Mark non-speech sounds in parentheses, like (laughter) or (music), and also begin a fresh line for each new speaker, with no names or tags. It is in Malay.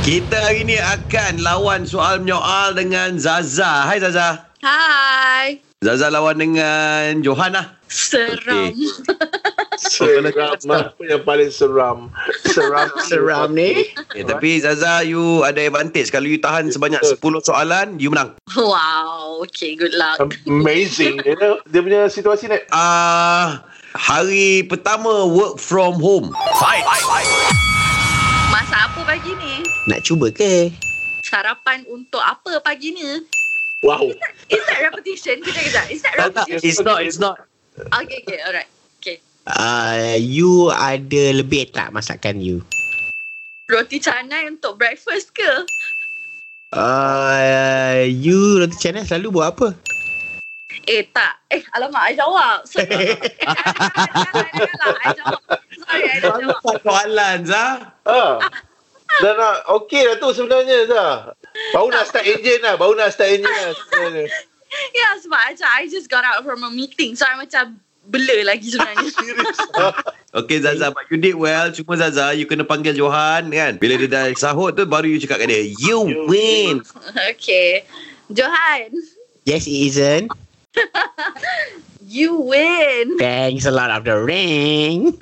Kita hari ni akan lawan soal menyoal dengan Zaza. Hai Zaza.
Hai.
Zaza lawan dengan Johan lah.
Seram.
Seram apa yang paling seram? Seram
(laughs) Seram ni.
Eh, tapi Zaza you ada advantage. Kalau you tahan sebanyak 10 soalan, you menang.
wow. Okay, good luck.
Amazing you know? Dia punya situasi ni
Ah, uh, hari pertama work from home.
Masak apa pagi ni?
Nak cuba ke?
Sarapan untuk apa pagi ni?
Wow
Is that repetition? Kejap, kejap. Is that
Tak, tak.
repetition?
It's not, it's not.
Okay, okay. Alright. Okay.
Uh, you ada lebih tak masakan you?
Roti canai untuk breakfast ke?
Uh, you roti canai selalu buat apa?
Eh, tak. Eh, alamak. I jawab.
(laughs)
Sorry. I jawab. Sorry, I dah jawab.
Empat soalan Zah.
ha. Dah nak Okay dah tu sebenarnya dah Baru nak start engine lah Baru nak start engine lah sebenarnya.
Ya, sebab macam I just got out from a meeting. So, I macam blur lagi sebenarnya. (laughs)
Ah.
Okay Zaza, but you did well. Cuma Zaza, you kena panggil Johan kan. Bila dia dah sahut tu, baru you cakap kat dia, you win.
okay. Johan,
Yes, it isn't.
you win.
Thanks a lot of the ring.